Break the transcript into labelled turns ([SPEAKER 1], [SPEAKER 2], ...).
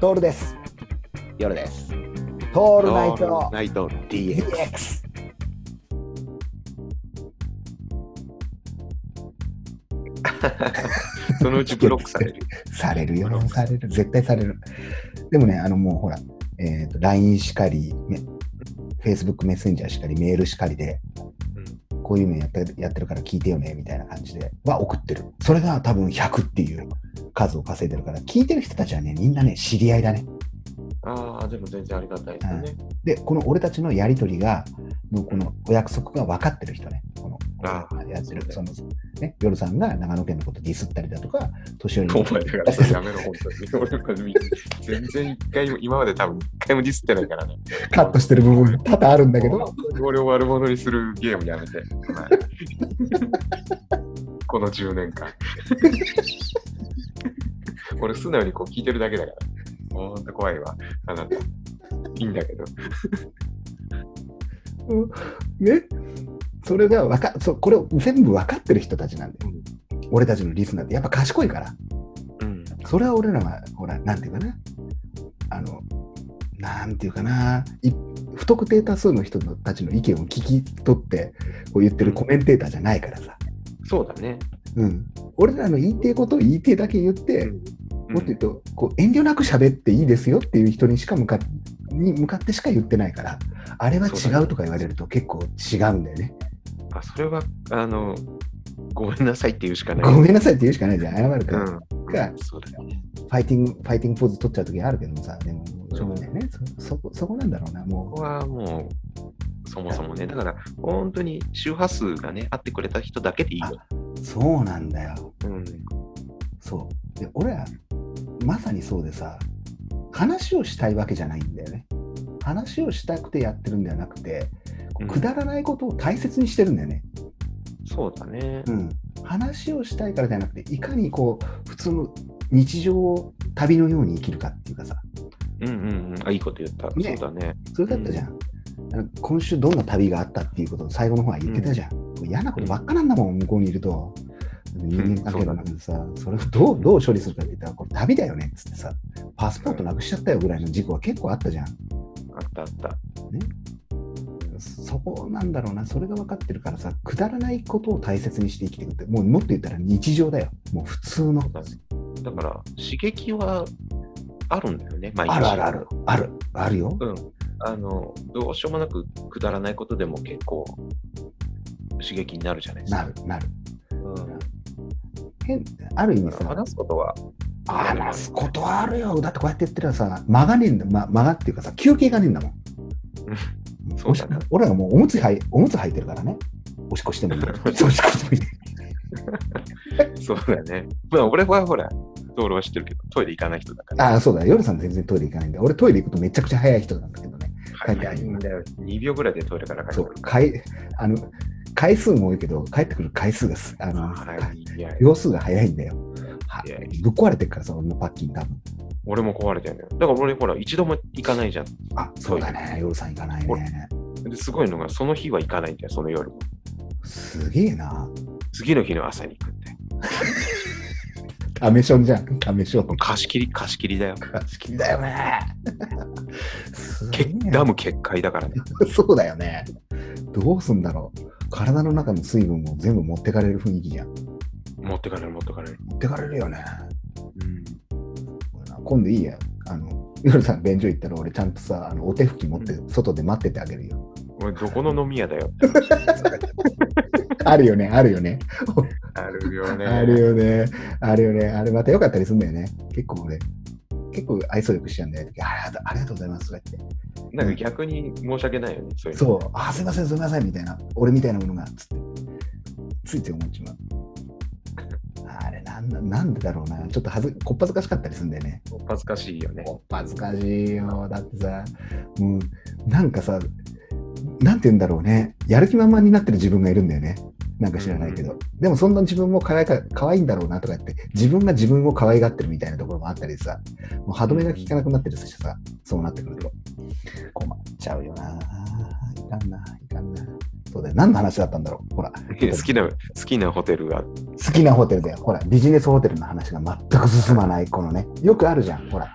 [SPEAKER 1] トールです。
[SPEAKER 2] 夜です。
[SPEAKER 1] ト
[SPEAKER 2] オ
[SPEAKER 1] ールナイト
[SPEAKER 2] ナイト DX。
[SPEAKER 1] DX。
[SPEAKER 2] そのうちブロックされる。
[SPEAKER 1] されるよ、される、絶対される。でもね、あのもうほら、えー、と LINE しかり、め Facebook メッセンジャーしかり、メールしかりで、こういうのやってやってるから聞いてよねみたいな感じでは送ってる。それが多分100っていう数を稼いでるから、聞いてる人たちはね、みんなね、知り合いだね。
[SPEAKER 2] ああ、でも全然ありがたいですよね。
[SPEAKER 1] で、この俺たちのやりとりが、のこのお約束が分かってる人ね、この
[SPEAKER 2] あ
[SPEAKER 1] やってる、
[SPEAKER 2] そ
[SPEAKER 1] そのね、夜さんが長野県のことディスったりだとか、年寄り
[SPEAKER 2] お
[SPEAKER 1] の
[SPEAKER 2] 前だからそれやめろ、本当に。俺なんか全然一回も、今まで多分一回もディスってないからね。
[SPEAKER 1] カットしてる部 分多々あるんだけど、
[SPEAKER 2] 俺を悪者にするゲームやめて。はい この10年間。 俺素直にこう聞いてるだけだから。ほんと怖いわ。あなた。いいんだけど。
[SPEAKER 1] ね、それがわかそうこれを全部分かってる人たちなんだよ、俺たちのリスナーってやっぱ賢いから
[SPEAKER 2] うん。
[SPEAKER 1] それは俺らはほらなんていうかなあのなんていうかない不特定多数の人たちの意見を聞き取ってこう言ってるコメンテーターじゃないからさ、
[SPEAKER 2] そうだね。
[SPEAKER 1] うん、俺らの言いてえことを言いてえだけ言って、もっと言うとこう遠慮なく喋っていいですよっていう人にしか向かに向かってしか言ってないからあれは違うとか言われると結構違うんだよね。
[SPEAKER 2] あそれは、あの、ごめんなさいって言うしかない。
[SPEAKER 1] ごめんなさいって言うしかないじゃん、謝るから。フ
[SPEAKER 2] うん。そうだよね。
[SPEAKER 1] ァイティング、ファイティングポーズ取っちゃう時あるけどもさ、でも、しょうがないよね。そそこ、そこなんだろうな、
[SPEAKER 2] こ
[SPEAKER 1] も
[SPEAKER 2] こはもう、そもそもね、だから、本当に周波数がね、合ってくれた人だけでいいよ。
[SPEAKER 1] う。そうなんだよ。
[SPEAKER 2] うん。
[SPEAKER 1] そう。で、俺ら、まさにそうでさ、話をしたいわけじゃないんだよね。話をしたくてやってるんではなくて、こう
[SPEAKER 2] うん
[SPEAKER 1] くだらないことを大切にしてるんだよね。
[SPEAKER 2] そうだね。
[SPEAKER 1] うん。話をしたいからじゃなくて、いかにこう、普通の日常を旅のように生きるかっていうかさ、
[SPEAKER 2] うんうんうん。あ、いいこと言った。
[SPEAKER 1] ね
[SPEAKER 2] そうだね。
[SPEAKER 1] それだったじゃん。あの今週どんな旅があったっていうことを最後の方は言ってたじゃん。もう嫌なことばっかなんだもん、向こうにいると。人間関係の中でさ、それをどうどう処理するかって言ったら、これ旅だよねっつってさ、パスポートなくしちゃったよぐらいの事故は結構あったじゃん。
[SPEAKER 2] あったあった。
[SPEAKER 1] そこなんだろうな、それが分かってるからさ、くだらないことを大切にして生きていくって、もうもっと言ったら日常だよ。もう普通の。
[SPEAKER 2] だから、刺激はあるんだよね、毎日。
[SPEAKER 1] あるあるある。ある、あるよ。
[SPEAKER 2] うん。あの、どうしようもなくくだらないことでも結構、刺激になるじゃないです
[SPEAKER 1] な
[SPEAKER 2] か。
[SPEAKER 1] る、なる。
[SPEAKER 2] うん
[SPEAKER 1] 変ある意
[SPEAKER 2] だ
[SPEAKER 1] 味さ
[SPEAKER 2] から、話すことは、
[SPEAKER 1] 話すことはあるよ。だってこうやって言ってたらさ、間がねえんだ、ま、間がっていうかさ、休憩がねえんだもん。
[SPEAKER 2] そうだな
[SPEAKER 1] 俺らがもうおむつはいおむつ履いてるからね。おしっこしてもいい。 おしっこしてもいい。
[SPEAKER 2] そうだね。まあ、俺はほら、道路は知ってるけど、トイレ行かない人だから。
[SPEAKER 1] ああ、そうだ。夜さん全然トイレ行かないんだ。俺トイレ行くとめちゃくちゃ早い人なんだけどね。帰ってあ
[SPEAKER 2] 早
[SPEAKER 1] げ
[SPEAKER 2] い
[SPEAKER 1] る
[SPEAKER 2] んだよ。2秒ぐらいでトイレから帰
[SPEAKER 1] そ
[SPEAKER 2] ってく
[SPEAKER 1] う
[SPEAKER 2] る。か
[SPEAKER 1] かいあの回数も多いけど、帰ってくる回数がす、あ
[SPEAKER 2] ら。
[SPEAKER 1] の、
[SPEAKER 2] はい。いや、
[SPEAKER 1] 秒数が早いんだよ。はい
[SPEAKER 2] や
[SPEAKER 1] ぶっ壊れてるからさ、俺のパッキン多分。
[SPEAKER 2] 俺も壊れてるんだよ。だから俺、ほら、一度も行かないじゃん。
[SPEAKER 1] あ、そうだね。夜さん行かないね。
[SPEAKER 2] ですごいのが、その日は行かないんだよ、その夜も。
[SPEAKER 1] すげえな。
[SPEAKER 2] 次の日の朝に行くんだよ。
[SPEAKER 1] 試しょんじゃん。試しょん。
[SPEAKER 2] 貸し切り、貸し切りだよ。
[SPEAKER 1] 貸し切りだよね。すげ
[SPEAKER 2] け
[SPEAKER 1] えな
[SPEAKER 2] ダム決壊だからね。
[SPEAKER 1] そうだよね。どうすんだろう。体の中の水分も全部持ってかれる雰囲気じゃん。
[SPEAKER 2] 持ってかれる、持ってかれる。
[SPEAKER 1] 持ってかれるよね。
[SPEAKER 2] うん。
[SPEAKER 1] 今度いいや。あの、夜さん、便所行ったら俺ちゃんとさ、あのお手拭き持って外で待っててあげるよ。
[SPEAKER 2] 俺、どこの飲み屋だよ。
[SPEAKER 1] あるよね、あるよね。
[SPEAKER 2] あるよね。
[SPEAKER 1] あるよね。あるよね。あれまた良かったりするんだよね。結構俺、結構愛想よくしちゃうんだよ。ありがとうありがとうございます。とか言って。
[SPEAKER 2] なんか逆に申し訳ないよね、そういうの。
[SPEAKER 1] そう、あ、すいません、すいません、みたいな。俺みたいなものが、つって。ついつい思っちまう。あれなんだ、なんでだろうな。ちょっとはず、こっぱずかしかったりするんだよね。
[SPEAKER 2] 恥ずかしいよね。
[SPEAKER 1] おっ恥ずかしいよだってさもうなんかさなんて言うんだろうねやる気満々になってる自分がいるんだよねなんか知らないけど、でもそんな自分も可愛いか可愛いんだろうなとか言って自分が自分を可愛がってるみたいなところもあったりさもう歯止めが効かなくなってるしさそうなってくると困っちゃうよないかんないかんなそうだよ何の話だったんだろうほら
[SPEAKER 2] いや好きな、好きなホテルが
[SPEAKER 1] 好きなホテルだよほらビジネスホテルの話が全く進まないこのねよくあるじゃんほら